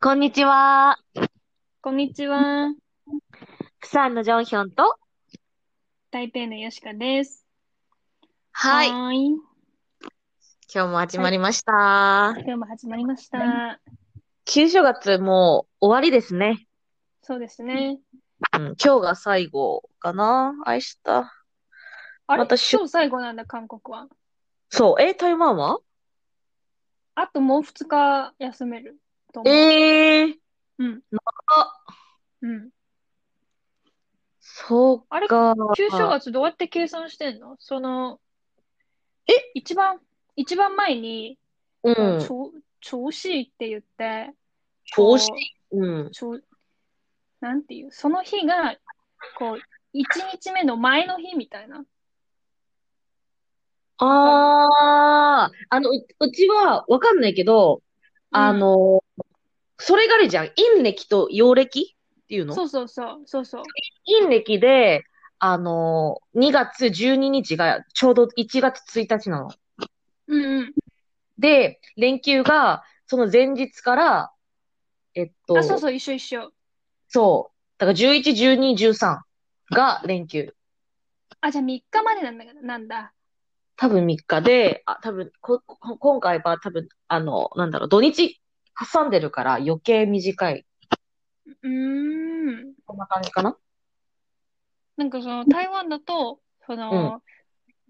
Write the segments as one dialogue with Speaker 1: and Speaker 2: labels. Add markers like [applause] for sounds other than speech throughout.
Speaker 1: こんにちは。
Speaker 2: こんにちは。
Speaker 1: プサンのジョンヒョンと。
Speaker 2: 台北のよしかです。
Speaker 1: はい。
Speaker 2: はーい。
Speaker 1: 今日も始まりました。
Speaker 2: 今日も始まりました。
Speaker 1: 旧正月もう終わりですね。
Speaker 2: そうですね。
Speaker 1: うん、今日が最後かな。明日。
Speaker 2: あれ、
Speaker 1: またしゅ
Speaker 2: 今日最後なんだ、韓国は。
Speaker 1: そう。え、台湾は
Speaker 2: あともう2日休めると思う。
Speaker 1: ええー。
Speaker 2: うん。
Speaker 1: あ、
Speaker 2: うん。
Speaker 1: そう
Speaker 2: あれ
Speaker 1: か。
Speaker 2: 旧正月どうやって計算してんのその、
Speaker 1: え
Speaker 2: 一番、一番前に、
Speaker 1: うん。
Speaker 2: 調調子いいって言って、
Speaker 1: 調子
Speaker 2: こう
Speaker 1: うん。
Speaker 2: ちょ、なんていう、その日が、こう、一日目の前の日みたいな。
Speaker 1: あー。あの、ううちはわかんないけど、あの、それがあれじゃん。陰暦と陽暦っていう
Speaker 2: うん、
Speaker 1: の
Speaker 2: そうそうそう、そうそう。
Speaker 1: 陰暦で、あのー、2月12日がちょうど1月1日なの。
Speaker 2: うんうん。
Speaker 1: で、連休がその前日から、えっと、
Speaker 2: あ、そうそう、一緒一緒。
Speaker 1: そうだから11、12、13が連休。
Speaker 2: あ、じゃあ3日までなんだ。なんだ。
Speaker 1: 多分3日で、あ、多分こ、こ今回は多分、あの、なんだろう、土日挟んでるから余計短い。
Speaker 2: うーん。
Speaker 1: こんな感じかな
Speaker 2: なんかその台湾だと、その、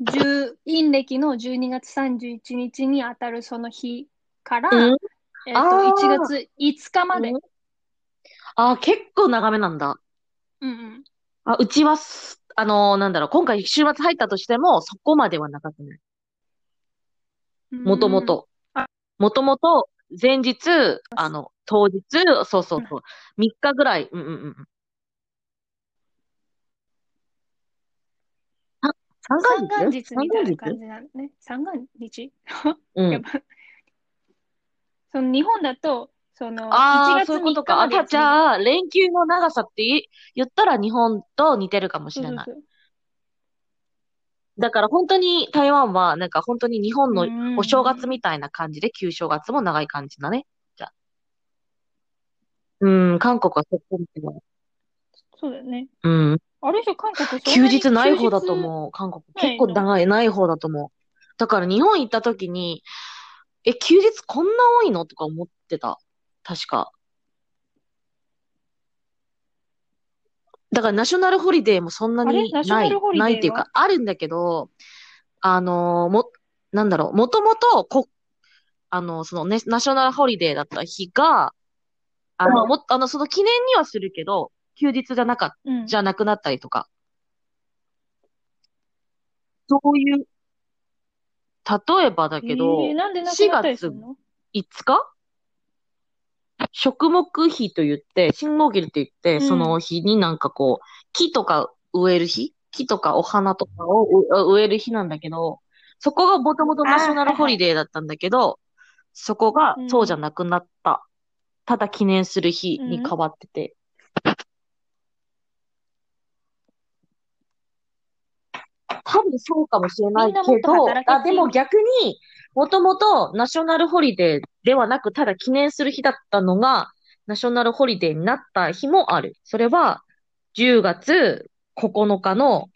Speaker 2: 十陰暦の12月31日に当たるその日から、
Speaker 1: うん
Speaker 2: えっと、
Speaker 1: あー
Speaker 2: 1月5日まで。
Speaker 1: うんあー、結構長めなんだ。
Speaker 2: うんうん。
Speaker 1: あ、うちはす、あのー、なんだろう、今回週末入ったとしても、そこまでは長くない。もともと
Speaker 2: あ。
Speaker 1: もともと、前日、あの、当日、そうそうそう。3日ぐらい。うんうんうん。あ、三
Speaker 2: うん。三
Speaker 1: 元
Speaker 2: 元
Speaker 1: 日
Speaker 2: 日みたいな
Speaker 1: 三
Speaker 2: 感
Speaker 1: 元日
Speaker 2: じなのね。三元日
Speaker 1: う
Speaker 2: や
Speaker 1: ん。
Speaker 2: ばその日本だと、その、
Speaker 1: あ
Speaker 2: 1
Speaker 1: あ、
Speaker 2: 月
Speaker 1: そういうこと
Speaker 2: 3日
Speaker 1: か。
Speaker 2: ま
Speaker 1: あ、
Speaker 2: で
Speaker 1: じゃあ、じゃあ連休の長さってい言ったら日本と似てるかもし
Speaker 2: そう
Speaker 1: れ
Speaker 2: そう
Speaker 1: ない。
Speaker 2: そう。
Speaker 1: だから本当に台湾は、なんか本当に日本の
Speaker 2: うん
Speaker 1: お正月みたいな感じで、旧正月も長い感じだね。じゃあ。うん、韓国はそこまでは
Speaker 2: そうだよね。
Speaker 1: うん。
Speaker 2: あれ以上韓国そん
Speaker 1: 休
Speaker 2: なに
Speaker 1: 日ない方だと
Speaker 2: う。
Speaker 1: 思う。韓国。
Speaker 2: ない
Speaker 1: 結構長い、ない方だと思う。だから日本行った時に、え、休日こんな多いのとか思ってた。確か。だからナショナルホリデーもそんな
Speaker 2: あれ
Speaker 1: に
Speaker 2: ナショ
Speaker 1: な
Speaker 2: ナ
Speaker 1: い
Speaker 2: ルホ、リデーは
Speaker 1: ないっていうか、あるんだけど、あのーも、なんだろう、もともと、こ、あの、そのね、ナショナルホリデーだった日が、あの、も、あの、その記念にはするけど、休日じゃなかった。
Speaker 2: うん。
Speaker 1: じゃなくなったりとか。そういう、例えばだけど、
Speaker 2: えーなんでなくなったりするの
Speaker 1: 5日食木日と言って、新農日って言って、
Speaker 2: うん
Speaker 1: その日になんかこう、木とか植える日木とかお花とかをう植える日なんだけど、そこがもともとナショナルホリデーだったんだけど、そこが
Speaker 2: うん
Speaker 1: そうじゃなくなった。ただ記念する日に変わってて。多分そうかもしれない
Speaker 2: みんな
Speaker 1: け
Speaker 2: もっと
Speaker 1: ど、
Speaker 2: 働けってい
Speaker 1: あ、で
Speaker 2: う
Speaker 1: も逆に、もともとナショナルホリデーではなく、ただ記念する日だったのが、ナショナルホリデーになった日もある。それは、10月9日の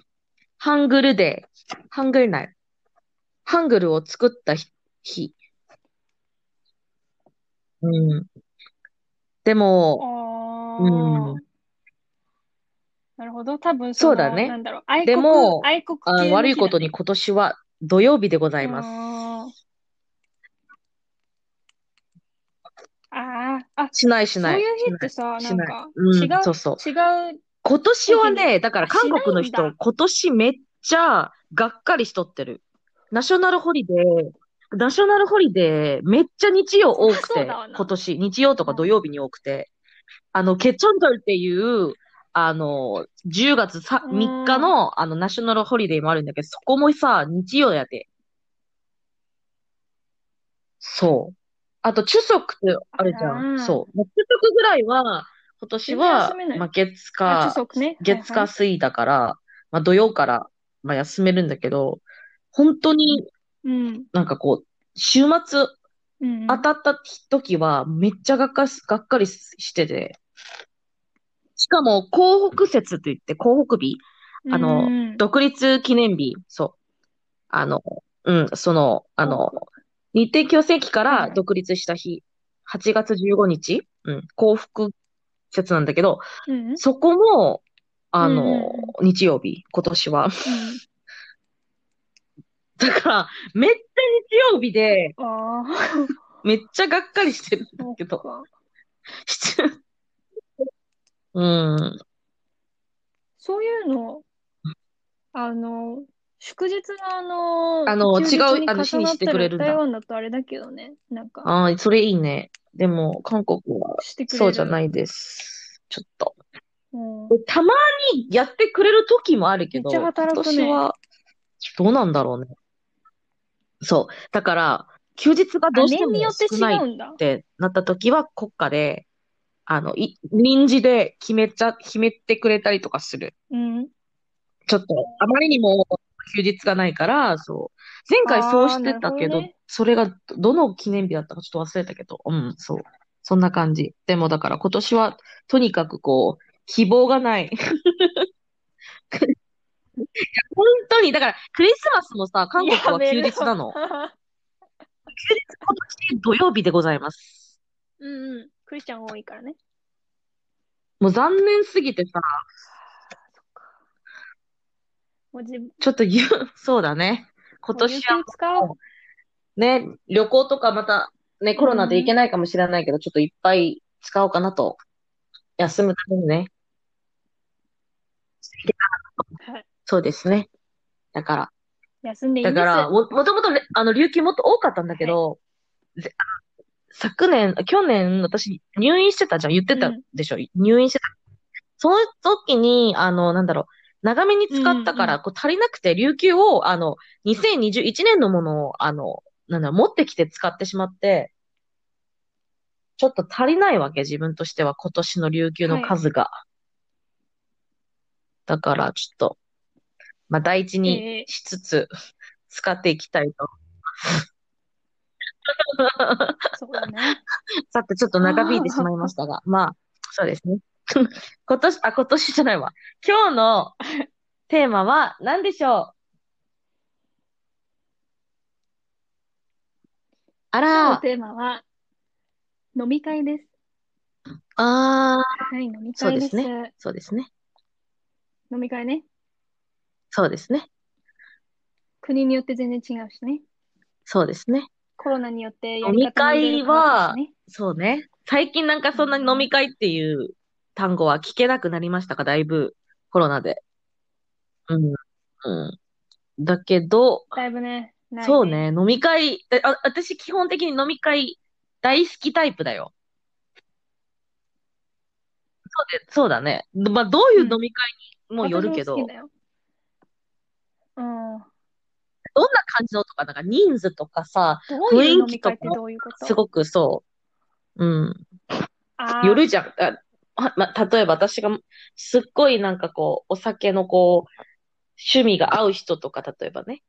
Speaker 1: ハングルデー。ハングル内。ハングルを作った日日。うん。で
Speaker 2: あ
Speaker 1: も、う
Speaker 2: ー
Speaker 1: ん
Speaker 2: なるほど。多分
Speaker 1: そう
Speaker 2: の
Speaker 1: だね
Speaker 2: なんだろう。愛
Speaker 1: で
Speaker 2: 国、
Speaker 1: も
Speaker 2: 愛国
Speaker 1: あ
Speaker 2: 系の
Speaker 1: 悪い
Speaker 2: 日
Speaker 1: ことに今年は土曜日でござ
Speaker 2: だ
Speaker 1: い
Speaker 2: ね
Speaker 1: ます。
Speaker 2: あーあー、あ、
Speaker 1: しないし
Speaker 2: そう
Speaker 1: ない。
Speaker 2: いう日って
Speaker 1: しな
Speaker 2: さ、
Speaker 1: い
Speaker 2: なんか
Speaker 1: うん、
Speaker 2: 違
Speaker 1: そうそう。
Speaker 2: う、違う、
Speaker 1: 今年はね、だから
Speaker 2: あし
Speaker 1: 韓
Speaker 2: ないんだ
Speaker 1: 国の人、今年めっちゃがっかりしとってる。ナショナルホリデー、ナショナルホリデー、めっちゃ日曜多く
Speaker 2: [laughs] そう
Speaker 1: て
Speaker 2: だわ、な
Speaker 1: 今年、日曜とか土曜日に多くて、あの、ケチョンドルっていう、あの、10月さ
Speaker 2: うん
Speaker 1: 3日の、あの、ナショナルホリデーもあるんだけど、そこもさ、日曜やで。そう。あと、チュソクってあるじゃ
Speaker 2: あ
Speaker 1: ん。
Speaker 2: ら
Speaker 1: そう。チュソクぐらいは、今年は
Speaker 2: 全然休めな、い
Speaker 1: まあ、月
Speaker 2: あ、
Speaker 1: か
Speaker 2: 著、作ね。
Speaker 1: 月
Speaker 2: はい
Speaker 1: 火水だから、まあ土曜から、まあ休めるんだけど、本当に
Speaker 2: はいうん。
Speaker 1: なんかこう、週末
Speaker 2: うん
Speaker 1: 当たった時はめっちゃがっかすがっかりしてて。しかも、港北節といって、港北日、あの
Speaker 2: うん
Speaker 1: 独立記念日、そう。あの、うん、その、あの、日程共生期か
Speaker 2: はい
Speaker 1: ら
Speaker 2: はい
Speaker 1: 独立した日、8月15日、うん、幸福節なんだけど、
Speaker 2: うんうん
Speaker 1: そこも、あの、
Speaker 2: うん
Speaker 1: 日曜日、今年は。 [laughs] だから、めっちゃ日曜日で、
Speaker 2: あ
Speaker 1: めっ [laughs] ちゃがっかりしてるんだけ
Speaker 2: あ、そっ
Speaker 1: ど、 [laughs]
Speaker 2: か
Speaker 1: してる。うん。
Speaker 2: そういうの、あの、祝日のあの、
Speaker 1: あの
Speaker 2: 休日
Speaker 1: 違う
Speaker 2: に
Speaker 1: あの日
Speaker 2: 重
Speaker 1: にして
Speaker 2: なった
Speaker 1: くれ
Speaker 2: ら
Speaker 1: るんだ
Speaker 2: 台湾だとあれだけどね、なんか、
Speaker 1: ああ、それいいね。でも、韓国は
Speaker 2: してくれ
Speaker 1: そうじゃ
Speaker 2: る。
Speaker 1: ないです。ちょっと。
Speaker 2: うん
Speaker 1: たまにやってくれる時もあるけど、
Speaker 2: めっちゃ働くね
Speaker 1: 今年はどうなんだろうね。そう。だから、休日がどうして
Speaker 2: あ年によ
Speaker 1: も
Speaker 2: って違
Speaker 1: 少ないっ
Speaker 2: うんだ。
Speaker 1: てなった時は国家で、あの、い、臨時で決めちゃ、決めてくれたりとかする。
Speaker 2: うん。
Speaker 1: ちょっと、あまりにも休日がないから、そう。前回そうしてたけ
Speaker 2: あーなるほど
Speaker 1: ど
Speaker 2: ね、
Speaker 1: それがどどの記念日だったかちょっと忘れたけど、うん、そう。そんな感じ。でもだから今年は、とにかくこう、希望がない。い [laughs] や本当に、だから、クリスマスもさ、韓国は休日なの。今年土曜日でございます。
Speaker 2: [laughs] うんうん。クリスチャン多いからね。
Speaker 1: もう残念すぎてさ、
Speaker 2: もう自分、
Speaker 1: ちょっと言う、 [laughs] そうだね。今年は
Speaker 2: もう有給使おう。
Speaker 1: ね、旅行とかまた、ね、コロナで行けないかもしれないけど、ちょっといっぱい使おうかなと。休むためにね。
Speaker 2: はい
Speaker 1: そうですね。だか
Speaker 2: 休んでいい
Speaker 1: ら、だから、
Speaker 2: んです。
Speaker 1: も、もともとれ、あの、琉球もっと多かったんだけど、ぜあの昨年、去年、私、入院してたじゃん。言ってたでしょ。入院してた。その時に、あの、なんだろう、長めに使ったか
Speaker 2: うん
Speaker 1: ら、こう、足りなくて、琉球を、あの、2021年のものを、あの、なんだろう、持ってきて使ってしまって、ちょっと足りないわけ、自分としては、今年の琉球の数が。だから、ちょっと、まあ、第一
Speaker 2: ええ
Speaker 1: にしつつ、使っていきたいと。
Speaker 2: そうだね。
Speaker 1: さて、ちょっと長引いてしまいました [laughs] が、まあ、そうですね。 [laughs] 今年、あ、今年じゃないわ。今日のテーマは何でしょうあ
Speaker 2: 今日の
Speaker 1: ら、
Speaker 2: テーマは、飲み会です。
Speaker 1: あー、
Speaker 2: はい、飲み
Speaker 1: そう
Speaker 2: 会
Speaker 1: で
Speaker 2: です
Speaker 1: す。ね。そうですね。
Speaker 2: 飲み会ね。
Speaker 1: そうですね。
Speaker 2: 国によって全然違うしね。
Speaker 1: そうですね。
Speaker 2: コロナによってや
Speaker 1: 飲
Speaker 2: り
Speaker 1: み
Speaker 2: 方もいろい
Speaker 1: 会
Speaker 2: ろ変わった
Speaker 1: は
Speaker 2: しね。、
Speaker 1: そうね。最近なんかそんなに飲み会っていう単語は聞けなくなりましたか、だいぶ、コロナで。うん。うん。だけど、
Speaker 2: だいぶね、ない
Speaker 1: そう。ね、飲み会、えあ、私基本的に飲み会大好きタイプだよ。そうで、そうだね。まあ、どういう飲み会にもよるけど、ど
Speaker 2: 私
Speaker 1: ん
Speaker 2: も好きだよ。うん。
Speaker 1: な感じのとか、なんか人数とかさ、
Speaker 2: どういう飲
Speaker 1: 雰囲
Speaker 2: み
Speaker 1: 気と
Speaker 2: 会
Speaker 1: か
Speaker 2: ってどういうこと
Speaker 1: すごくそう、うん、
Speaker 2: あー
Speaker 1: よるじゃん。あ、あま、例えば私がすっごいなんかこう、お酒のこう、趣味が合う人とか、例えばね、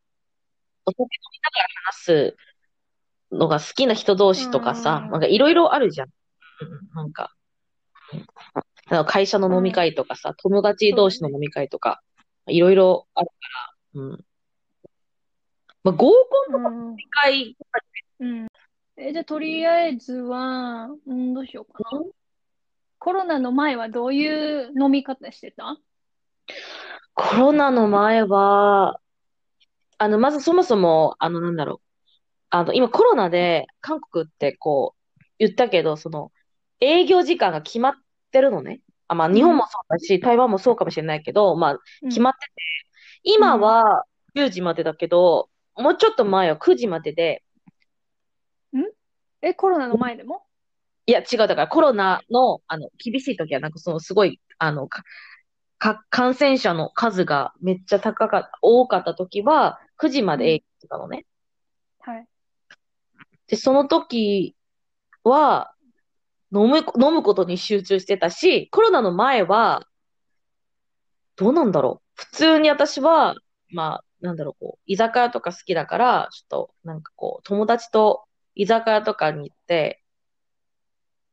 Speaker 1: お酒飲みながら話すのが好きな人同士とか
Speaker 2: うんうん
Speaker 1: さ
Speaker 2: う、ん
Speaker 1: なんかいろいろあるじゃん。うんなんか、あの会社の飲み会とかさ、友達同士の飲み会とか、いろいろあるから、うん。まあ、合コンの
Speaker 2: うん
Speaker 1: 会、
Speaker 2: うん。え、じゃあ、とりあえずは、うん、どうしようかな
Speaker 1: う。
Speaker 2: コロナの前はどういう飲み方してた
Speaker 1: コロナの前は、あの、まずそもそも、あの、なんだろう。あの、今コロナで、韓国ってこう、言ったけど、その、営業時間が決まってるのね。あ、まあ、日本もそうだし、台湾もそうかもしれないけど、まあ、
Speaker 2: うん
Speaker 1: 決まってて、今は10時までだけど、もうちょっと前は9時までで、
Speaker 2: え、コロナの前でも
Speaker 1: いや、違う、だからコロナの、あの、厳しい時は、なんかその、すごい、あの、か、か、感染者の数がめっちゃ高か、多かった時は、9時まで営業してたのね。
Speaker 2: はい。
Speaker 1: で、その時は、飲む、飲むことに集中してたし、コロナの前は、どうなんだろう。普通に私は、まあ、なんだろう、こう、居酒屋とか好きだから、ちょっと、なんかこう、友達と居酒屋とかに行って、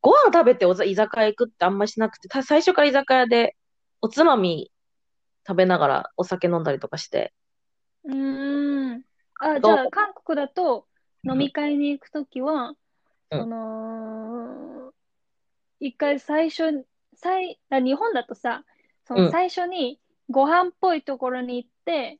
Speaker 1: ご飯食べておざ居酒屋行くってあんましなくて、た最初から居酒屋でおつまみ食べながらお酒飲んだりとかして、
Speaker 2: うーん。あ、じ
Speaker 1: どう
Speaker 2: ゃあ、韓国だと飲み会に行くときは、
Speaker 1: うん
Speaker 2: その、一回最初に、最、あ日本だとさ、その
Speaker 1: うん
Speaker 2: 最初にご飯っぽいところに行って、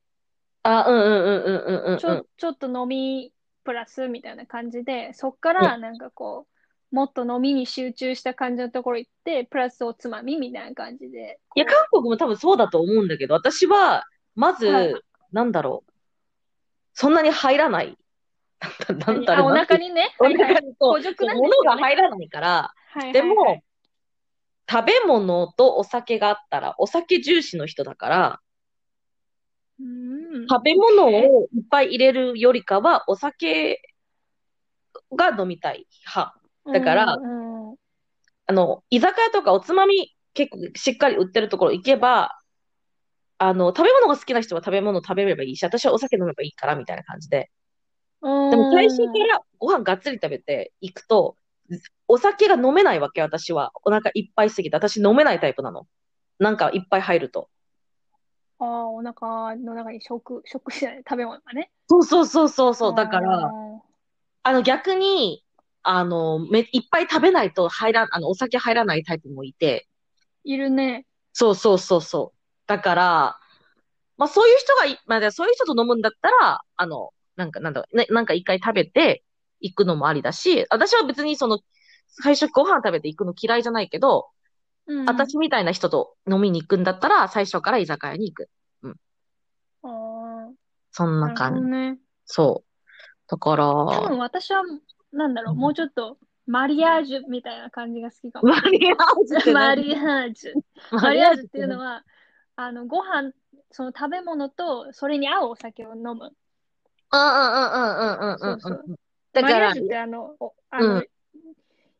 Speaker 1: あ、うんうんうんうんうんうん
Speaker 2: ちょ、ちょっと飲みプラスみたいな感じで、そっからなんかこう、もっと飲みに集中した感じのところ行って、プラスおつまみみたいな感じで、
Speaker 1: いや、
Speaker 2: こう
Speaker 1: 韓国も多分そうだと思うんだけど、私は、まず、
Speaker 2: はい
Speaker 1: なんだろう。そんなに入らない。なんだなんだ
Speaker 2: あ、
Speaker 1: ろ
Speaker 2: お
Speaker 1: う。
Speaker 2: 腹にね、
Speaker 1: お
Speaker 2: はいは
Speaker 1: 腹
Speaker 2: い、
Speaker 1: にそう
Speaker 2: 補助なんですよね
Speaker 1: 物が入らないから、
Speaker 2: はい
Speaker 1: で
Speaker 2: はいはい
Speaker 1: も、食べ物とお酒があったら、お酒重視の人だから、
Speaker 2: うーん、
Speaker 1: 食べ物をいっぱい入れるよりかは、お酒が飲みたい派。だから
Speaker 2: うんうん
Speaker 1: あの、居酒屋とかおつまみ結構しっかり売ってるところ行けば、あの、食べ物が好きな人は食べ物食べればいいし、私はお酒飲めばいいから、みたいな感じで。でも最初からご飯がっつり食べていくと、お酒が飲めないわけ、私は。お腹いっぱいすぎて、私飲めないタイプなの。なんかいっぱい入ると。
Speaker 2: ああ、お腹の中に食、 [laughs] 食じゃない、食べ物がね。
Speaker 1: そうそうそうそうそう。だか
Speaker 2: あ
Speaker 1: ら、あの逆に、あの、め、いっぱい食べないと入らん、あの、お酒入らないタイプもいて、
Speaker 2: ーいるね。
Speaker 1: そうそうそうそう。だから、まあそういう人がい、まあでそういう人と飲むんだったら、あの、なんかなんだろうね、なんか一回食べて行くのもありだし、私は別にその、最初ご飯食べて行くの嫌いじゃないけど、
Speaker 2: うん。
Speaker 1: 私みたいな人と飲みに行くんだったら、最初から居酒屋に行く。
Speaker 2: ああ、
Speaker 1: そん
Speaker 2: な
Speaker 1: な
Speaker 2: る
Speaker 1: 感
Speaker 2: ほ
Speaker 1: じ。
Speaker 2: どね。
Speaker 1: そう。だから、
Speaker 2: 多分私は、なんだろう、もうちょっと、マリアージュみたいな感じが好きかも。
Speaker 1: マリアージュって何
Speaker 2: マリアージュ。マリアージュっていうのは、あの、ご飯、その食べ物と、それに合うお酒を飲む。
Speaker 1: うんうんうんうんうんうんうん。
Speaker 2: そうそう
Speaker 1: だ
Speaker 2: マリ
Speaker 1: か
Speaker 2: ア
Speaker 1: ら
Speaker 2: ージュってあの、おあの、
Speaker 1: う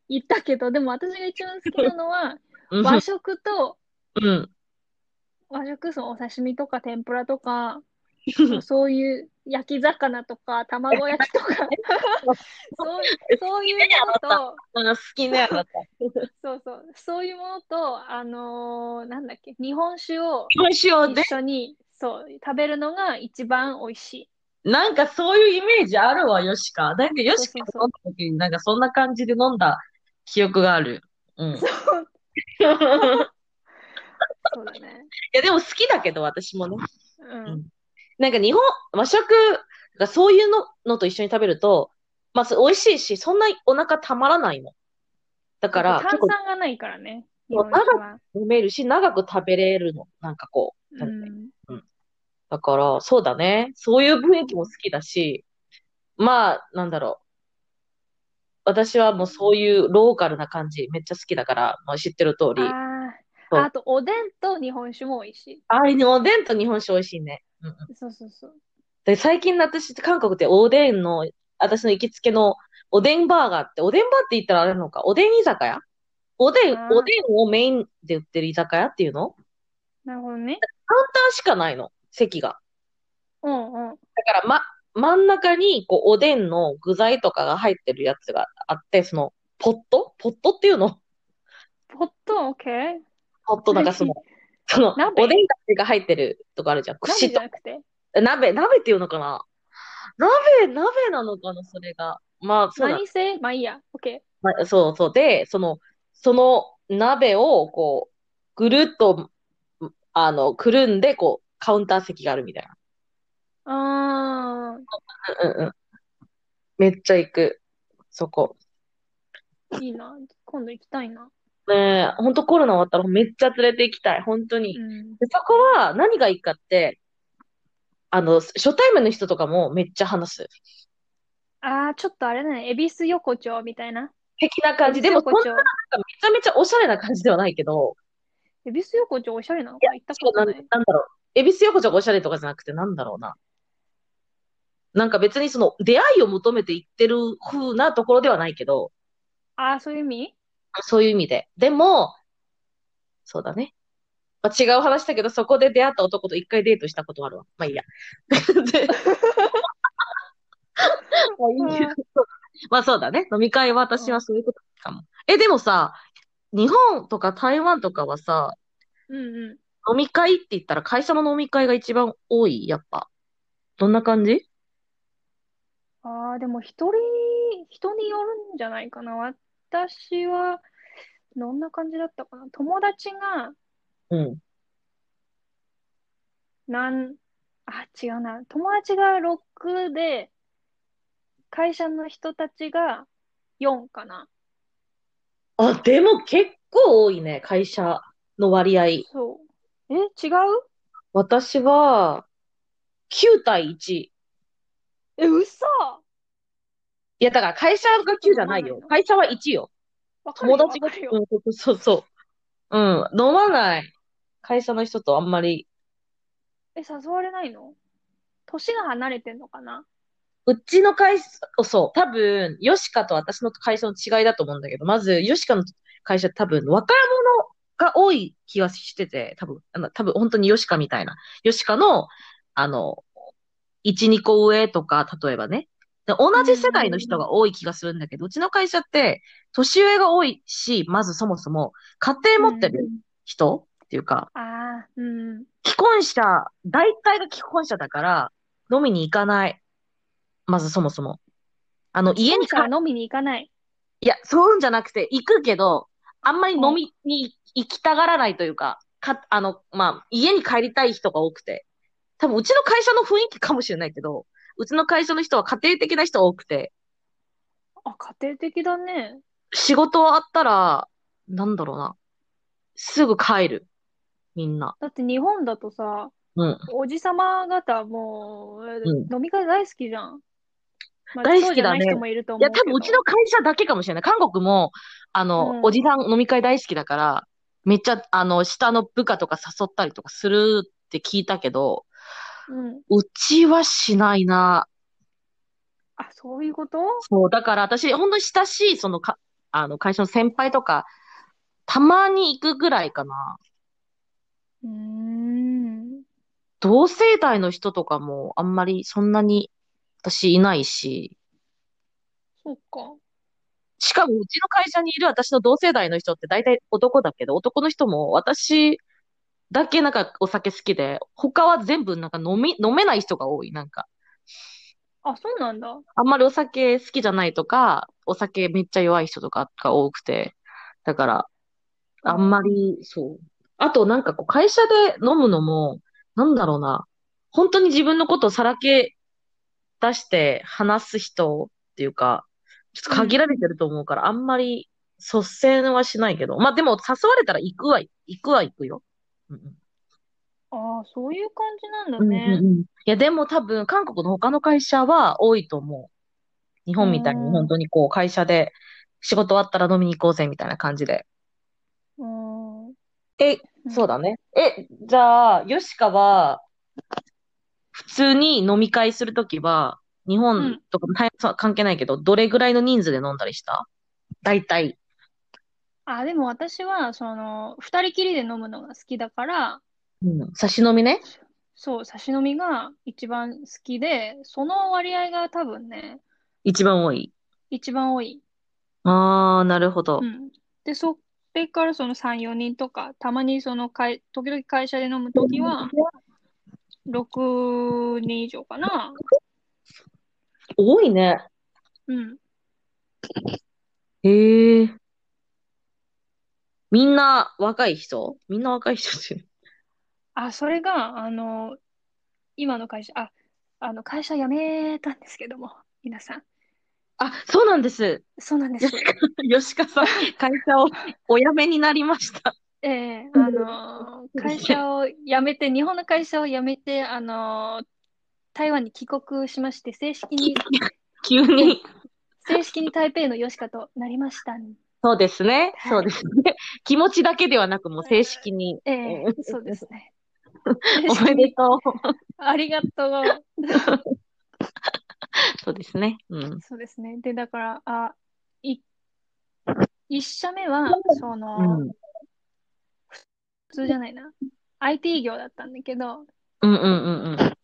Speaker 2: 言ったけど、でも私が一番好きなのは、
Speaker 1: うん
Speaker 2: 和食と、
Speaker 1: うん。
Speaker 2: 和食、そのお刺身とか天ぷら
Speaker 1: [laughs]
Speaker 2: とか、そういう焼き魚とか、卵焼きと
Speaker 1: [laughs]
Speaker 2: か、そうそういうものと、
Speaker 1: 好きなやつだった。
Speaker 2: そうそう、そういうものと、あのーなんだっけ、日本酒を
Speaker 1: どうしようね
Speaker 2: 一緒に、そう、食べるのが一番美味しい。
Speaker 1: なんかそういうイメージあるわ、ヨシカ。なんかヨシカ
Speaker 2: そう
Speaker 1: 飲んだ時になんかそんな感じで飲んだ記憶がある。うん。い [laughs]
Speaker 2: そうだね。
Speaker 1: や、でも好きだけど、私もね。
Speaker 2: うん。
Speaker 1: なんか日本、和食がそういうの、のと一緒に食べると、まず美味しいし、そんなお腹たまらないの。だから、
Speaker 2: 炭
Speaker 1: 結構
Speaker 2: 酸がないからね、日
Speaker 1: そう
Speaker 2: 本酒は。
Speaker 1: 飲めるし、長く食べれるの。なんかこう。
Speaker 2: う
Speaker 1: なん
Speaker 2: ん。
Speaker 1: だから、そうだね。そういう雰囲気も好きだし、まあ、なんだろう。私はもうそういうローカルな感じめっちゃ好きだから、まあ、知ってる通り。
Speaker 2: あ
Speaker 1: そう
Speaker 2: あ。あと、おでんと日本酒も美味し
Speaker 1: あれにおでんと日本酒美味しいね。うんうん、
Speaker 2: い。そうそうそう。
Speaker 1: で、最近私、韓国っておでんの、私の行きつけのおでんバーがあって、おでんバーって言ったらあれなのか、おでん居酒屋おでん
Speaker 2: あ、ー
Speaker 1: おでんをメインで売ってる居酒屋っていうの
Speaker 2: なるほどね。
Speaker 1: カウンターしかないの、席が。
Speaker 2: うんうん。
Speaker 1: だから、ま、真ん中に、こう、おでんの具材とかが入ってるやつがあって、その、ポットポットっていうの
Speaker 2: ポット、オッケー。
Speaker 1: ポットなんかその、その、
Speaker 2: 鍋
Speaker 1: おでんだけが入ってるとかあるじゃん。
Speaker 2: 鍋
Speaker 1: 串
Speaker 2: じ
Speaker 1: と
Speaker 2: ゃ。なくて。
Speaker 1: 鍋、鍋っていうのかな鍋、鍋なのかなそれが。まあ、そうだ、
Speaker 2: 何せまあいいや。オッケ
Speaker 1: まあそうそう。で、その、その鍋を、こう、ぐるっと、あの、くるんで、こう、カウンター席があるみたいな。
Speaker 2: ー。あ
Speaker 1: うんうんうん。めっちゃ行く。そこ。
Speaker 2: ー、いいな。今度行きたいな。
Speaker 1: ねえ、ほんとコロナ終わったらめっちゃ連れて行きたい、本当に。
Speaker 2: うん。
Speaker 1: で、そこは何がいいかって、あの、初対面の人とかもめっちゃ話す。
Speaker 2: あー、ちょっとあれだね。恵比寿横丁みたいな。
Speaker 1: 的な感じ。でも、そん
Speaker 2: 恵比寿
Speaker 1: な
Speaker 2: 横
Speaker 1: めちゃめちゃおしゃれな感じではないけど、
Speaker 2: 丁。恵比寿横丁おしゃれなのか行った
Speaker 1: そ
Speaker 2: こ
Speaker 1: うな
Speaker 2: と
Speaker 1: ん、
Speaker 2: ない。
Speaker 1: なんだろう。恵比寿横丁がおしゃれとかじゃなくて、なんだろうな。なんか別にその、出会いを求めて行ってる風なところではないけど、
Speaker 2: あー、そういう意味
Speaker 1: そういう意味で。でも、そうだね。まあ、違う話だけど、そこで出会った男と一回デートしたことはあるわ。 [laughs] まあいいや。で、まあいいやまあそうだね。飲み会は私はそういうことかも。え、でもさ、日本とか台湾とかはさ、
Speaker 2: うんうん。
Speaker 1: 飲み会って言ったら会社の飲み会が一番多い、やっぱ。どんな感じ
Speaker 2: ああ、でも一人、人によるんじゃないかな。私は、どんな感じだったかな。友達が、
Speaker 1: うん。
Speaker 2: なん、あ、違うな。友達が6で、会社の人たちが4かな。
Speaker 1: あ、でも結構多いね、会社の割合。
Speaker 2: そう。え、違う
Speaker 1: 私は、9対1。い
Speaker 2: え、嘘
Speaker 1: や、だから会社が9じゃないよ。会社は1よ。
Speaker 2: わかる
Speaker 1: 友
Speaker 2: よ、
Speaker 1: 達
Speaker 2: わ
Speaker 1: が、
Speaker 2: かるよ。
Speaker 1: うん、そうそうそう。うん、飲まない。会社の人とあんまり。
Speaker 2: え、誘われないの年が離れてんのかな
Speaker 1: うちの会社、そう、多分、ヨシカと私の会社の違いだと思うんだけど、まず、ヨシカの会社多分、若者が多い気がしてて、多分、あの、多分、本当にヨシカみたいな。ヨシカの、あの、1、2個上とか、例えばね。で同じ世代の人が多い気がするんだけど、うちの会社って、年上が多いし、まずそもそも、家庭持ってる人っていうか、
Speaker 2: うんああ、うん。
Speaker 1: 既婚者、大体が既婚者だから、飲みに行かない。まずそもそも。あの、家に
Speaker 2: 今か
Speaker 1: か、
Speaker 2: ら飲みに行かない。
Speaker 1: いや、そういうんじゃなくて、行くけど、あんまり飲みに行きたがらないというか、か、あの、まあ、家に帰りたい人が多くて。多分、うちの会社の雰囲気かもしれないけど、うちの会社の人は家庭的な人が多くて、
Speaker 2: あ、家庭的だね。
Speaker 1: 仕事終わったら、なんだろうな。すぐ帰る。みんな。
Speaker 2: だって日本だとさ、
Speaker 1: うん。
Speaker 2: おじさま方もう、
Speaker 1: う
Speaker 2: 飲み会大好きじゃん。まあ
Speaker 1: 大好
Speaker 2: そ
Speaker 1: き
Speaker 2: うじゃ
Speaker 1: だ
Speaker 2: ない
Speaker 1: ね
Speaker 2: 人もいると
Speaker 1: いや、
Speaker 2: 思う
Speaker 1: 多分う
Speaker 2: け
Speaker 1: ち
Speaker 2: ど
Speaker 1: の会社だけかもしれない。韓国も、あの、
Speaker 2: うん
Speaker 1: おじさん飲み会大好きだから、めっちゃ、あの、下の部下とか誘ったりとかするって聞いたけど、
Speaker 2: うん。
Speaker 1: うちはしないな。
Speaker 2: あ、そういうこと
Speaker 1: そう、だから私、本当に親しい、そのか、あの、会社の先輩とか、たまに行くぐらいかな。
Speaker 2: うーん。
Speaker 1: 同世代の人とかも、あんまりそんなに、私いないし、
Speaker 2: そっか。
Speaker 1: しかもうちの会社にいる私の同世代の人って大体男だけど、男の人も私だけなんかお酒好きで、他は全部なんか飲み、飲めない人が多い。なんか、
Speaker 2: あ、そうなんだ。
Speaker 1: あんまりお酒好きじゃないとか、お酒めっちゃ弱い人とかが多くて。だから、あんまり、そう。あとなんかこう会社で飲むのも、なんだろうな。本当に自分のことをさらけ出して話す人っていうか、ちょっと限られてると思うから、あんまり率先はしないけど。まあでも誘われたら行くは、行くは行くよ。うんうん
Speaker 2: ああ、そういう感じなんだ
Speaker 1: うん
Speaker 2: ね。
Speaker 1: うんうん。いや、でも多分、韓国の他の会社は多いと思う。日本みたいに
Speaker 2: うん
Speaker 1: 本当にこう、会社で仕事終わったら飲みに行こうぜみたいな感じで。
Speaker 2: うーん。
Speaker 1: え、そうだね。え、じゃあ、ヨシカは、普通に飲み会するときは、日本とかも大そう関係ないけど、どれぐらいの人数で飲んだりした大体。
Speaker 2: あ、でも私は、その、二人きりで飲むのが好きだから、
Speaker 1: うん。差し飲みね。
Speaker 2: そう、差し飲みが一番好きで、その割合が多分ね、
Speaker 1: 一番多い。
Speaker 2: 一番多い。
Speaker 1: あー、なるほど
Speaker 2: う。ん。で、それからその3、4人とか、たまにその会、時々会社で飲むときは、6人以上かな。
Speaker 1: 多いね。
Speaker 2: うん。
Speaker 1: へえ。みんな若い人みんな若い人っていう。
Speaker 2: あ、それが、あの、今の会社、あ、あの、会社辞めたんですけども、皆さん。
Speaker 1: あ、そうなんです。 [laughs]
Speaker 2: そうなんです。
Speaker 1: 吉川さん、会社をお辞めになりました。
Speaker 2: ええあの、会社を辞めて、日本の会社を辞めて、あの、台湾に帰国しまして、正式に、
Speaker 1: 急に。
Speaker 2: 正式に台北の吉川となりました。
Speaker 1: そうですね。
Speaker 2: はい
Speaker 1: そうですね。 [laughs] 気持ちだけではなく、もう正式に。
Speaker 2: ええそうです
Speaker 1: [laughs]
Speaker 2: ね。
Speaker 1: おめでとう。
Speaker 2: ありがとう。
Speaker 1: そうですね。うん。
Speaker 2: そうですね。で、だから、あ、い、一社目は、その、
Speaker 1: うん。
Speaker 2: 普通じゃないな。IT 業だったんだけど、
Speaker 1: うんうんうんうん。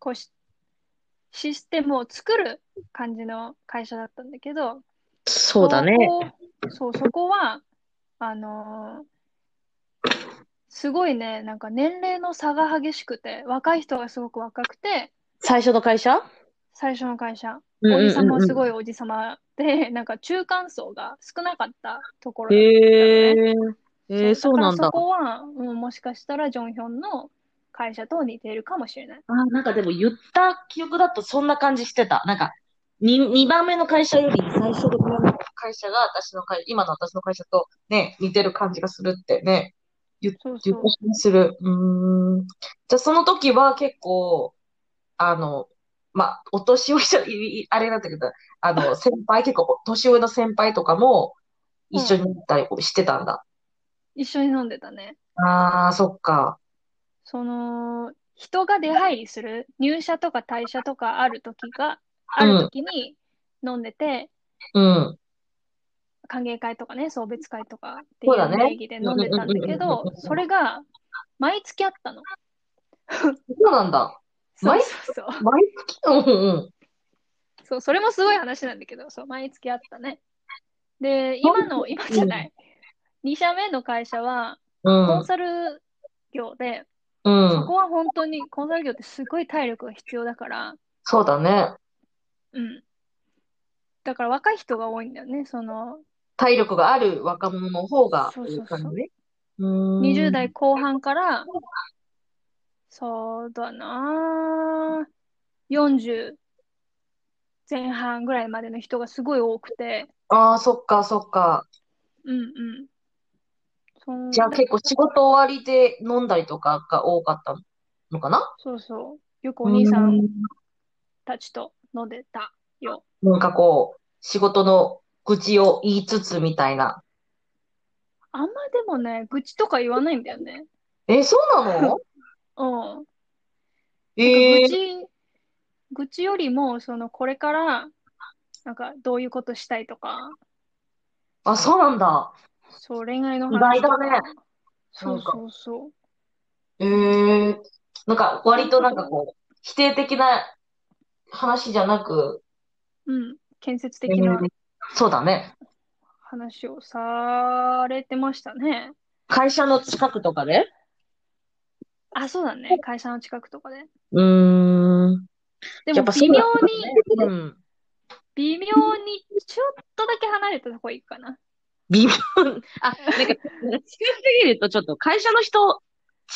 Speaker 2: こうし、システムを作る感じの会社だったんだけど、
Speaker 1: そうだね。
Speaker 2: そこそう、そこは、あのーすごいね、なんか年齢の差が激しくて、若い人がすごく若くて、
Speaker 1: 最初の会社
Speaker 2: 最初の会社、
Speaker 1: うんうん
Speaker 2: お
Speaker 1: うん
Speaker 2: じさまはすごいおじさまで、 [laughs] なんか中間層が少なかったところだったの
Speaker 1: へえ
Speaker 2: ね。
Speaker 1: えー、
Speaker 2: そ
Speaker 1: そうう
Speaker 2: だから
Speaker 1: なんだ
Speaker 2: そ。こは、うん、もしかしたらジョンヒョンの会社と似ているかもしれない。
Speaker 1: あ、なんかでも言った記憶だとそんな感じしてた。なんか、に2番目の会社より最初の会社が私の会、今の私の会社とね、似てる感じがするってね、
Speaker 2: そうそ
Speaker 1: 自
Speaker 2: う
Speaker 1: 己。にする。うーん。じゃあその時は結構、あの、まあ、お年寄りじゃ、いいあれなんだけど、あの、先輩、結構年上の先輩とかも一緒に行ったりしてたんだ。
Speaker 2: 一緒に飲んでたね。
Speaker 1: ああ、そっか。
Speaker 2: その、人が出入りする、入社とか退社とかある時が、ある時に飲んでて、
Speaker 1: うん。
Speaker 2: 歓迎会とかね、送別会とかってい
Speaker 1: そうだ
Speaker 2: う
Speaker 1: ね
Speaker 2: 名義で飲んでたんだけ
Speaker 1: うんうんうんうんうん
Speaker 2: ど
Speaker 1: うんうん、
Speaker 2: それが毎月あったの。
Speaker 1: そうなんだ。毎月
Speaker 2: そうそうそう。
Speaker 1: 毎月うんうん。
Speaker 2: そう、それもすごい話なんだけど、そう、毎月あったね。で、今の、今じゃない。2社目の会社は、
Speaker 1: う
Speaker 2: コ
Speaker 1: ん
Speaker 2: ン。サル業で、
Speaker 1: うん。
Speaker 2: そこは本当に、コンサル業ってすごい体力が必要だから、
Speaker 1: そうだね。
Speaker 2: うん。だから若い人が多いんだよね。その、
Speaker 1: 体力がある若者の方が
Speaker 2: そうそ
Speaker 1: 多
Speaker 2: うそう
Speaker 1: い感じね。うーん
Speaker 2: 20代後半から、そうだなぁ40前半ぐらいまでの人がすごい多くて、
Speaker 1: ああ、そっか、そっか。
Speaker 2: うんうん。そん
Speaker 1: じゃあ結構仕事終わりで飲んだりとかが多かったのかな
Speaker 2: そうそう。よくお兄さ
Speaker 1: うん
Speaker 2: たちと飲んでたよ。
Speaker 1: ーんなんかこう、仕事の愚痴を言いつつみたいな。
Speaker 2: あんまでもね、愚痴とか言わないんだよね。
Speaker 1: え、そう [laughs] なの
Speaker 2: うん。
Speaker 1: え
Speaker 2: 愚
Speaker 1: ー、
Speaker 2: 痴、愚痴よりも、その、これから、なんか、どういうことしたいとか、
Speaker 1: あ、そうなんだ。
Speaker 2: そう、恋愛の
Speaker 1: 意外
Speaker 2: 話と
Speaker 1: だね
Speaker 2: か、そうそうそう。
Speaker 1: えー、なんか割となんかこう、否定的な話じゃなく、
Speaker 2: うん、建設的な
Speaker 1: えーそうだね。
Speaker 2: 話をされてましたね。
Speaker 1: 会社の近くとかで
Speaker 2: あ、そうだね。会社の近くとかで。
Speaker 1: うーん。
Speaker 2: で
Speaker 1: や
Speaker 2: も
Speaker 1: っぱそう
Speaker 2: 微妙
Speaker 1: だ
Speaker 2: に、
Speaker 1: うん。
Speaker 2: 微妙に、ちょっとだけ離れたとこ行くかな。
Speaker 1: 微妙。あ、なんか、近すぎるとちょっと会社の人、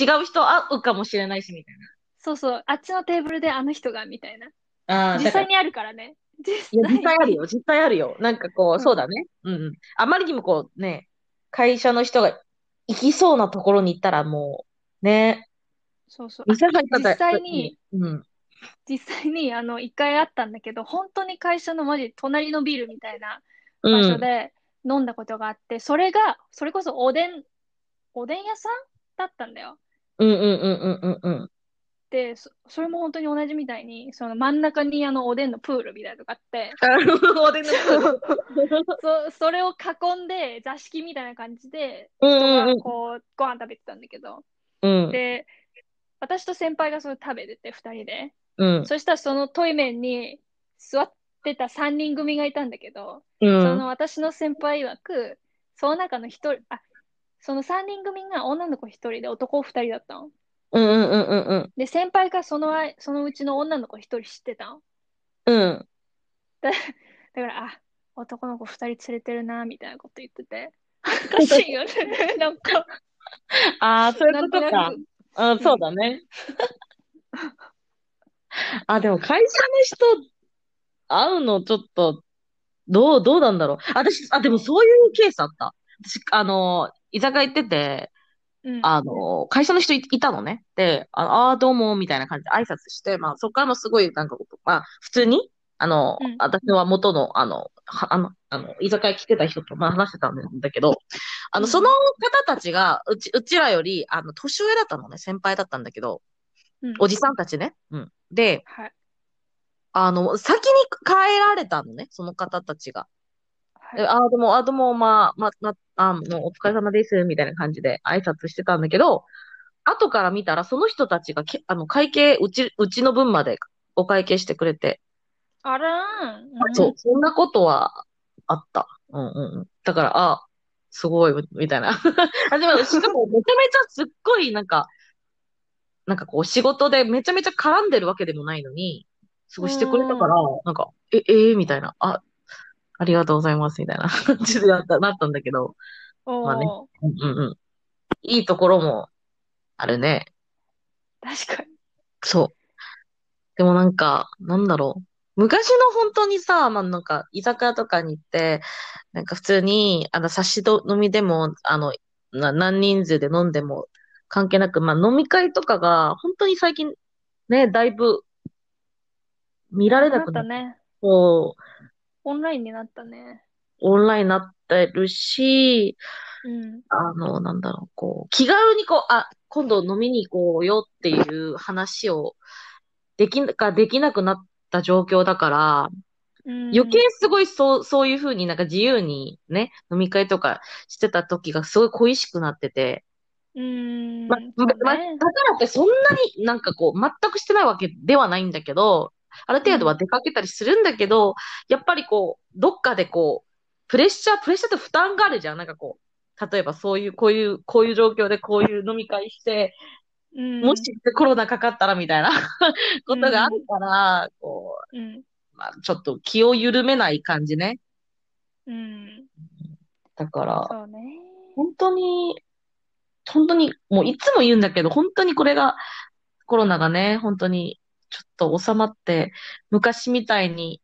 Speaker 1: 違う人会うかもしれないし、みたい
Speaker 2: そうそう、あっちのテーブルであの人が、みたいな。
Speaker 1: な。ああ、
Speaker 2: 実
Speaker 1: だから
Speaker 2: 際、にあるからね。
Speaker 1: いや、
Speaker 2: 実
Speaker 1: 実
Speaker 2: 際
Speaker 1: 際あるよ、実際あるよ。なんかこ
Speaker 2: う
Speaker 1: う、
Speaker 2: ん
Speaker 1: そうだね。うんうん。あまりにもこう、ね、会社の人が行きそうなところに行ったらもう、ね、
Speaker 2: そうそう。
Speaker 1: 店入ったら
Speaker 2: 実際に、
Speaker 1: うん。
Speaker 2: 実際に、あの、一回あったんだけど、本当に会社のマジ隣のビルみたいな
Speaker 1: う
Speaker 2: 場所
Speaker 1: ん。
Speaker 2: で飲んだことがあって、それが、それこそおでん、おでん屋さんだったんだよ。
Speaker 1: うんうんうんうんうんうん。
Speaker 2: で、そ、それも本当に同じみたいに、その真ん中にあのおでんのプールみたいなのがあって、
Speaker 1: なるほど、おでんの
Speaker 2: そうそ、それを囲んで座敷みたいな感じで、
Speaker 1: う
Speaker 2: 人
Speaker 1: ん
Speaker 2: が
Speaker 1: うん
Speaker 2: こう、ご飯食べてたんだけど、
Speaker 1: うん。
Speaker 2: で、私と先輩がそれ食べてて、二人で。
Speaker 1: うん。
Speaker 2: そしたらそのトイメンに座ってた三人組がいたんだけど、
Speaker 1: うん。
Speaker 2: その私の先輩曰く、その中の一人、あ、その三人組が女の子一人で男二人だったの。
Speaker 1: うんうんうんうんうん。
Speaker 2: で、先輩がそのあい、そのうちの女の子一人知ってたの。
Speaker 1: うん。
Speaker 2: だから、あ、男の子二人連れてるな、みたいなこと言ってて。恥ずかしいよね。
Speaker 1: [laughs]
Speaker 2: なんか、
Speaker 1: ああ、そういう
Speaker 2: な
Speaker 1: こ
Speaker 2: んと
Speaker 1: と
Speaker 2: な
Speaker 1: か。
Speaker 2: く。
Speaker 1: うん、そうだね。 [laughs] あ、でも会社の人、会うのちょっと、どう、どうなんだろう。私、あ、でもそういうケースあった。私、あの、居酒屋行ってて、
Speaker 2: うん。
Speaker 1: あの、会社の人い、いたのね。で、あの、あー、どうも、みたいな感じで挨拶して、まあ、そっからもすごい、なんか、まあ、普通に、あの
Speaker 2: うん、
Speaker 1: 私は元の、あの、は、あの、あの、居酒屋来てた人と、まあ、話してたんだけど、あ
Speaker 2: う
Speaker 1: の、
Speaker 2: ん
Speaker 1: その方たちが、うち、うちらより、あの、年上だったのね、先輩だったんだけど、
Speaker 2: うん。
Speaker 1: おじさんたちね。うん。で、
Speaker 2: はい。
Speaker 1: あの、先に帰られたのね、その方たちが。
Speaker 2: はい。
Speaker 1: でああ、どうも、あどうも、まあ、まあ、まあ、あの、お疲れ様です、みたいな感じで挨拶してたんだけど、後から見たら、その人たちがけ、あの、会計、うち、うちの分までお会計してくれて。
Speaker 2: あらーん。ん
Speaker 1: そう、そんなことはあった。うんうんうん。だから、あ、すごい、みたいな。 [laughs] あ、でも、しかも、めちゃめちゃすっごい、なんか、なんかこう、仕事でめちゃめちゃ絡んでるわけでもないのに、すごいしてくれたから、なんか、え、えーみたいな。あ、ありがとうございます、みたいな [laughs] 感じでなった、なったんだけど。
Speaker 2: おー
Speaker 1: まあねうんうんうん。いいところもあるね。
Speaker 2: 確かに。
Speaker 1: そう。でもなんか、なんだろう。昔の本当にさ、まあ、なんか、居酒屋とかに行って、なんか普通に、あの、差し飲みでも、あの、な何人数で飲んでも関係なく、まあ、飲み会とかが、本当に最近、ね、だいぶ、見られなくな
Speaker 2: な
Speaker 1: って、
Speaker 2: ったね。
Speaker 1: こう、
Speaker 2: オンラインになったね。
Speaker 1: オンラインになってるし、
Speaker 2: うん。
Speaker 1: あの、なんだろう、こう、気軽にこう、あ、今度飲みに行こうよっていう話を、でき、ができなくなった状況だから、
Speaker 2: うん、
Speaker 1: 余計すごいそう、そういうふうになんか自由にね、飲み会とかしてた時がすごい恋しくなってて、
Speaker 2: うん。
Speaker 1: ま、
Speaker 2: そう
Speaker 1: まだか
Speaker 2: ね
Speaker 1: らってそんなになんかこう、全くしてないわけではないんだけど、ある程度は出かけたりするんだけど、やっぱりこう、どっかでこう、プレッシャー、プレッシャーと負担があるじゃん。なんかこう、例えばそういう、こういう、こういう状況でこういう飲み会して、
Speaker 2: うん、
Speaker 1: もしコロナかかったらみたいな [laughs] ことがあるから、こ
Speaker 2: うん。
Speaker 1: う、まあ、ちょっと気を緩めない感じね。
Speaker 2: うん。
Speaker 1: だから、
Speaker 2: そうね。
Speaker 1: 本当に、本当に、もういつも言うんだけど、本当にこれが、コロナがね、本当に、ちょっと収まって、昔みたいに、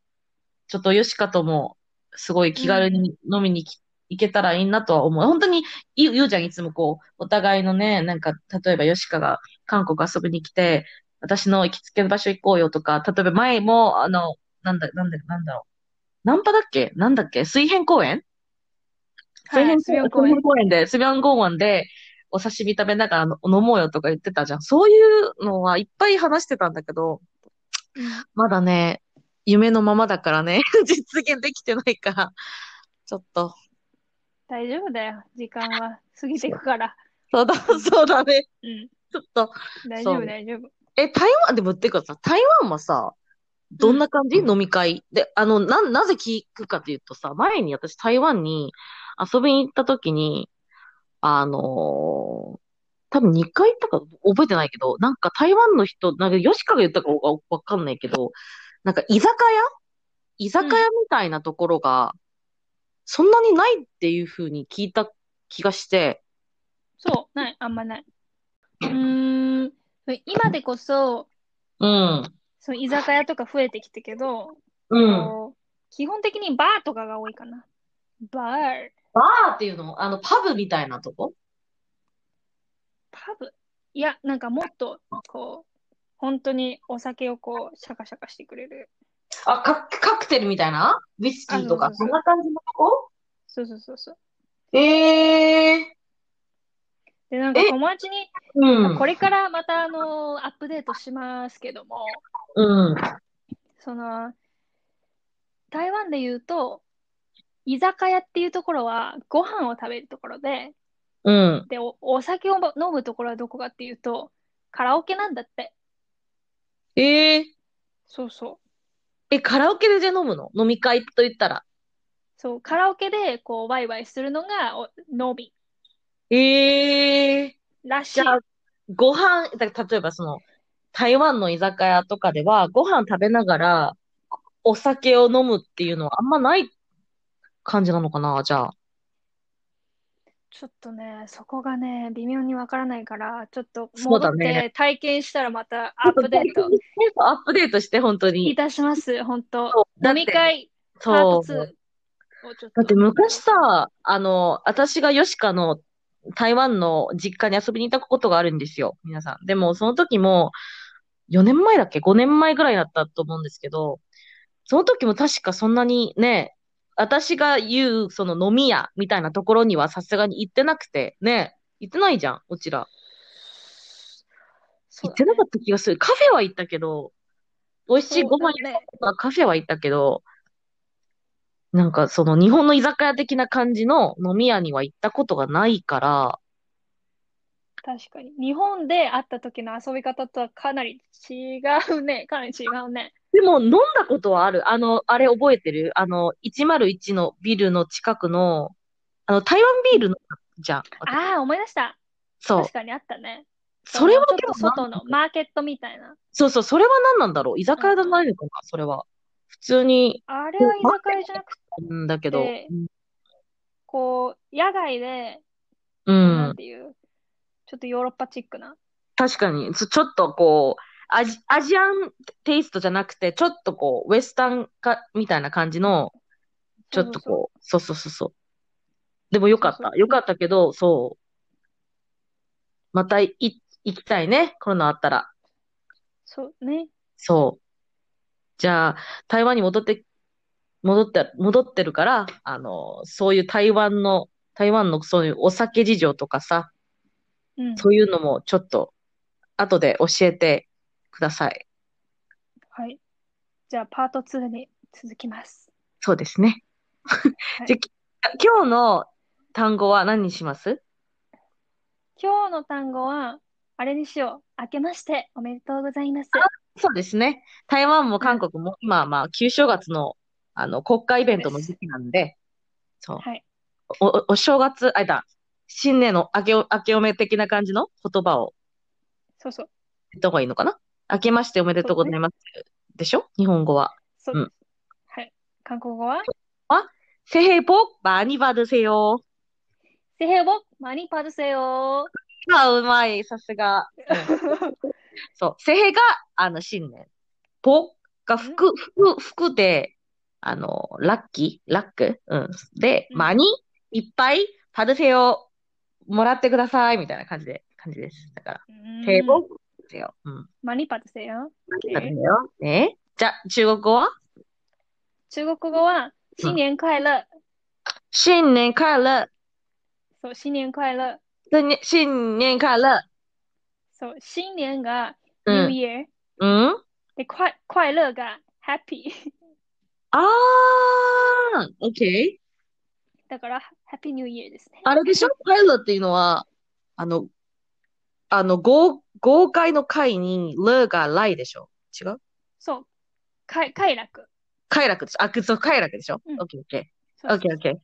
Speaker 1: ちょっとヨシカとも、すごい気軽に飲みにき行けたらいいなとは思う。本当に、ゆゆうちゃんいつもこう、お互いのね、なんか、例えばヨシカが韓国遊びに来て、私の行きつけの場所行こうよとか、例えば前も、あの、なんだ、なんだ、なんだろう。ナンパだっけなんだっけ水辺公園水
Speaker 2: はい、
Speaker 1: 辺
Speaker 2: 水曜公園。
Speaker 1: 公園で、スビャン公園で、お刺身食べながら飲もうよとか言ってたじゃん。そういうのはいっぱい話してたんだけど、
Speaker 2: うん
Speaker 1: まだね、夢のままだからね、 [laughs] 実現できてないから、ちょっと、
Speaker 2: 大丈夫だよ。時間は過ぎていくから。
Speaker 1: そうだ、そうだね。
Speaker 2: うん。
Speaker 1: ちょっと、
Speaker 2: 大
Speaker 1: そ
Speaker 2: 丈夫、
Speaker 1: う
Speaker 2: 大丈夫。
Speaker 1: え、台湾、でもっていうかさ、台湾はさ、どんな感じ、飲み会。で、あの、な、なぜ聞くかというとさ、前に私台湾に遊びに行った時に、あのー多分2回行ったか覚えてないけど、なんか台湾の人、なんかヨシカが言ったかがわかんないけど、なんか居酒屋居酒屋みたいなところが、そんなにないっていう風に聞いた気がして、
Speaker 2: そう、ない、あんまない。うーん。今でこそ、
Speaker 1: うん、
Speaker 2: その居酒屋とか増えてきたけど、
Speaker 1: うん。
Speaker 2: こう基本的にバーとかが多いかな。バー、
Speaker 1: バーっていうのあの、パブみたいなとこ
Speaker 2: パブ。いや、なんかもっと、こう、本当にお酒をこう、シャカシャカしてくれる。
Speaker 1: あ、カク、カクテルみたいなウィスキーとか、
Speaker 2: あそ
Speaker 1: そ
Speaker 2: うんそうそう
Speaker 1: な感じのとこ
Speaker 2: そうそうそうそう。
Speaker 1: ええ
Speaker 2: で、なんか
Speaker 1: え
Speaker 2: 友達に、
Speaker 1: うん。
Speaker 2: これからまたあの、アップデートしますけども、
Speaker 1: うん。
Speaker 2: その、台湾で言うと、居酒屋っていうところは、ご飯を食べるところで、
Speaker 1: うん。
Speaker 2: で、お、お酒を飲むところはどこかっていうと、カラオケなんだって。
Speaker 1: ええ
Speaker 2: そうそう。
Speaker 1: え、カラオケでじゃあ飲むの飲み会と言ったら。
Speaker 2: そう、カラオケで、こう、ワイワイするのが、お、飲み
Speaker 1: ええ
Speaker 2: らし
Speaker 1: じ
Speaker 2: い。
Speaker 1: ゃあ、ご飯、だ例えばその、台湾の居酒屋とかでは、ご飯食べながら、お酒を飲むっていうのはあんまない感じなのかな、じゃあ。
Speaker 2: ちょっとね、そこがね、微妙にわからないから、ちょっと
Speaker 1: そうだ
Speaker 2: 戻っ
Speaker 1: ね
Speaker 2: て体験したらまたアップデート
Speaker 1: アップデートして、本当
Speaker 2: い
Speaker 1: に。
Speaker 2: たします、本当。
Speaker 1: そうだ
Speaker 2: 飲
Speaker 1: って
Speaker 2: み会パ
Speaker 1: そ
Speaker 2: ート
Speaker 1: う。
Speaker 2: 2をちょっ
Speaker 1: だって
Speaker 2: と。
Speaker 1: 昔さ、あの、私がヨシカの台湾の実家に遊びに行ったことがあるんですよ、皆さん。でも、その時も、4年前だっけ ?5 年前ぐらいだったと思うんですけど、その時も確かそんなにね、私が言う、その飲み屋みたいなところにはさすがに行ってなくて、ね、行ってないじゃん、うちら。
Speaker 2: そ
Speaker 1: 行
Speaker 2: う
Speaker 1: って
Speaker 2: だ
Speaker 1: な
Speaker 2: ね
Speaker 1: かった気がする。カフェは行ったけど、美味しいご飯
Speaker 2: そうだね
Speaker 1: まあ、カフェは行ったけど、なんかその日本の居酒屋的な感じの飲み屋には行ったことがないから、
Speaker 2: 確かに。日本で会った時の遊び方とはかなり違う [laughs] ね。かなり違うね。
Speaker 1: でも飲んだことはある。あの、あれ覚えてるあの、101のビルの近くの、あの、台湾ビールの、じゃん。
Speaker 2: ああ、思い出した。
Speaker 1: そう
Speaker 2: 確。かにあったね。
Speaker 1: それは
Speaker 2: ちょっ
Speaker 1: でも
Speaker 2: と外のマーケットみたいな。
Speaker 1: そうそう、それは何なんだろう。居酒屋じゃないのかな、それは。普通に、
Speaker 2: あれは居酒屋じゃなくて、
Speaker 1: うんだけど。
Speaker 2: でこう、野外で、
Speaker 1: う
Speaker 2: なんん。ていう、ちょっとヨーロッパチックな。
Speaker 1: 確かに、ちょちょっとこう、アジ、アジアンテイストじゃなくて、ちょっとこう、ウエスタンか、みたいな感じの、ちょっと
Speaker 2: そうそうそう
Speaker 1: こう、そうそうそうそう。でもよかっ
Speaker 2: そう
Speaker 1: た。
Speaker 2: そう
Speaker 1: よかったけど、そう。またい行きたいね。コロナあったら。
Speaker 2: そうね。
Speaker 1: そう。じゃあ、台湾に戻って、戻って、戻ってるから、あの、そういう台湾の、台湾のそういうお酒事情とかさ、
Speaker 2: うん。
Speaker 1: そういうのもちょっと、後で教えてください。
Speaker 2: はい。じゃあ、パート2に続きます。
Speaker 1: そうですね。
Speaker 2: い
Speaker 1: じゃあ、き今日の単語は何にします
Speaker 2: 今日の単語は、あれにしよう。明けましておめでとうございます。
Speaker 1: そうですね。台湾も韓国も、今、まあ、旧正月の、あの、国家イベントの時期なんで、そう。
Speaker 2: はい。
Speaker 1: お、おお正月、あれだ、新年の明けお、明けおめ的な感じの言葉を、
Speaker 2: そうそう。
Speaker 1: 言った方がいいのかな明けましておめでとうございます。でしょ日本語は。
Speaker 2: そ
Speaker 1: う
Speaker 2: うで
Speaker 1: ん
Speaker 2: す。はい。韓国語は、
Speaker 1: 새해복많이받으세요。
Speaker 2: 새해복많이받으세요。
Speaker 1: あ、うまい。さすが。そう。새해が、あの、新年。복が服、服、服で、あの、ラッキー、ラック。うん。で、
Speaker 2: うん
Speaker 1: 많이、いっぱい、받으세요。もらってください。みたいな感じで、感じです。だから、새해복
Speaker 2: 복
Speaker 1: 받으세요。うん。
Speaker 2: 많이받으세요。
Speaker 1: 받으세요。ね。じゃ、中国語は
Speaker 2: 中国語は、新年快乐。
Speaker 1: 新年快乐。
Speaker 2: そう、新年快乐。
Speaker 1: 新年新年快乐。
Speaker 2: そう、新年が
Speaker 1: うん。
Speaker 2: New Year。
Speaker 1: うん
Speaker 2: で、快快乐が Happy。
Speaker 1: あー、オッケー。
Speaker 2: だから、Happy New Year ですね。
Speaker 1: あれでしょパイロっていうのは、あの、あの、豪、豪快の快に、ルが来でしょ違う
Speaker 2: そう。快快楽。
Speaker 1: 快楽でしょあ、くそう、快楽でしょ
Speaker 2: うん
Speaker 1: オッケーオッケ
Speaker 2: そ
Speaker 1: ー。
Speaker 2: う
Speaker 1: オッケーオッケー。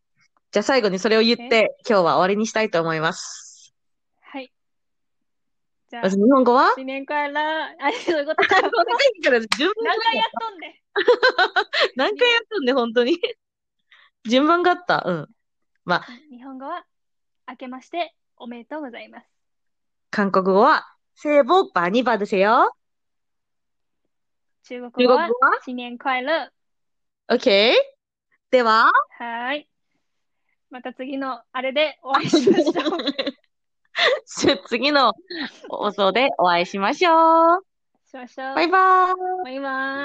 Speaker 1: じゃあ最後にそれを言って、今日は終わりにしたいと思います。
Speaker 2: はい。じゃあ
Speaker 1: まず、日本語
Speaker 2: [laughs]
Speaker 1: は
Speaker 2: 新年快乐。あ、そういうことか。
Speaker 1: [laughs] 韓国人から順番が
Speaker 2: 何回やっとんで。
Speaker 1: 何回やったんで、本当に。 [laughs] 順番があった。うん。まあ、
Speaker 2: 日本語は、明けましておめでとうございます。
Speaker 1: 韓国語は、聖母バニバですよ。
Speaker 2: 中
Speaker 1: 中
Speaker 2: 国語
Speaker 1: 国語
Speaker 2: は
Speaker 1: は、
Speaker 2: 新年快乐。
Speaker 1: オッケーでは、
Speaker 2: はーい。また次のあれで
Speaker 1: [laughs]
Speaker 2: お会いしましょう。
Speaker 1: 次の放送でお会いしましょう。
Speaker 2: しましょう。
Speaker 1: バイバーイ。
Speaker 2: バイバイ。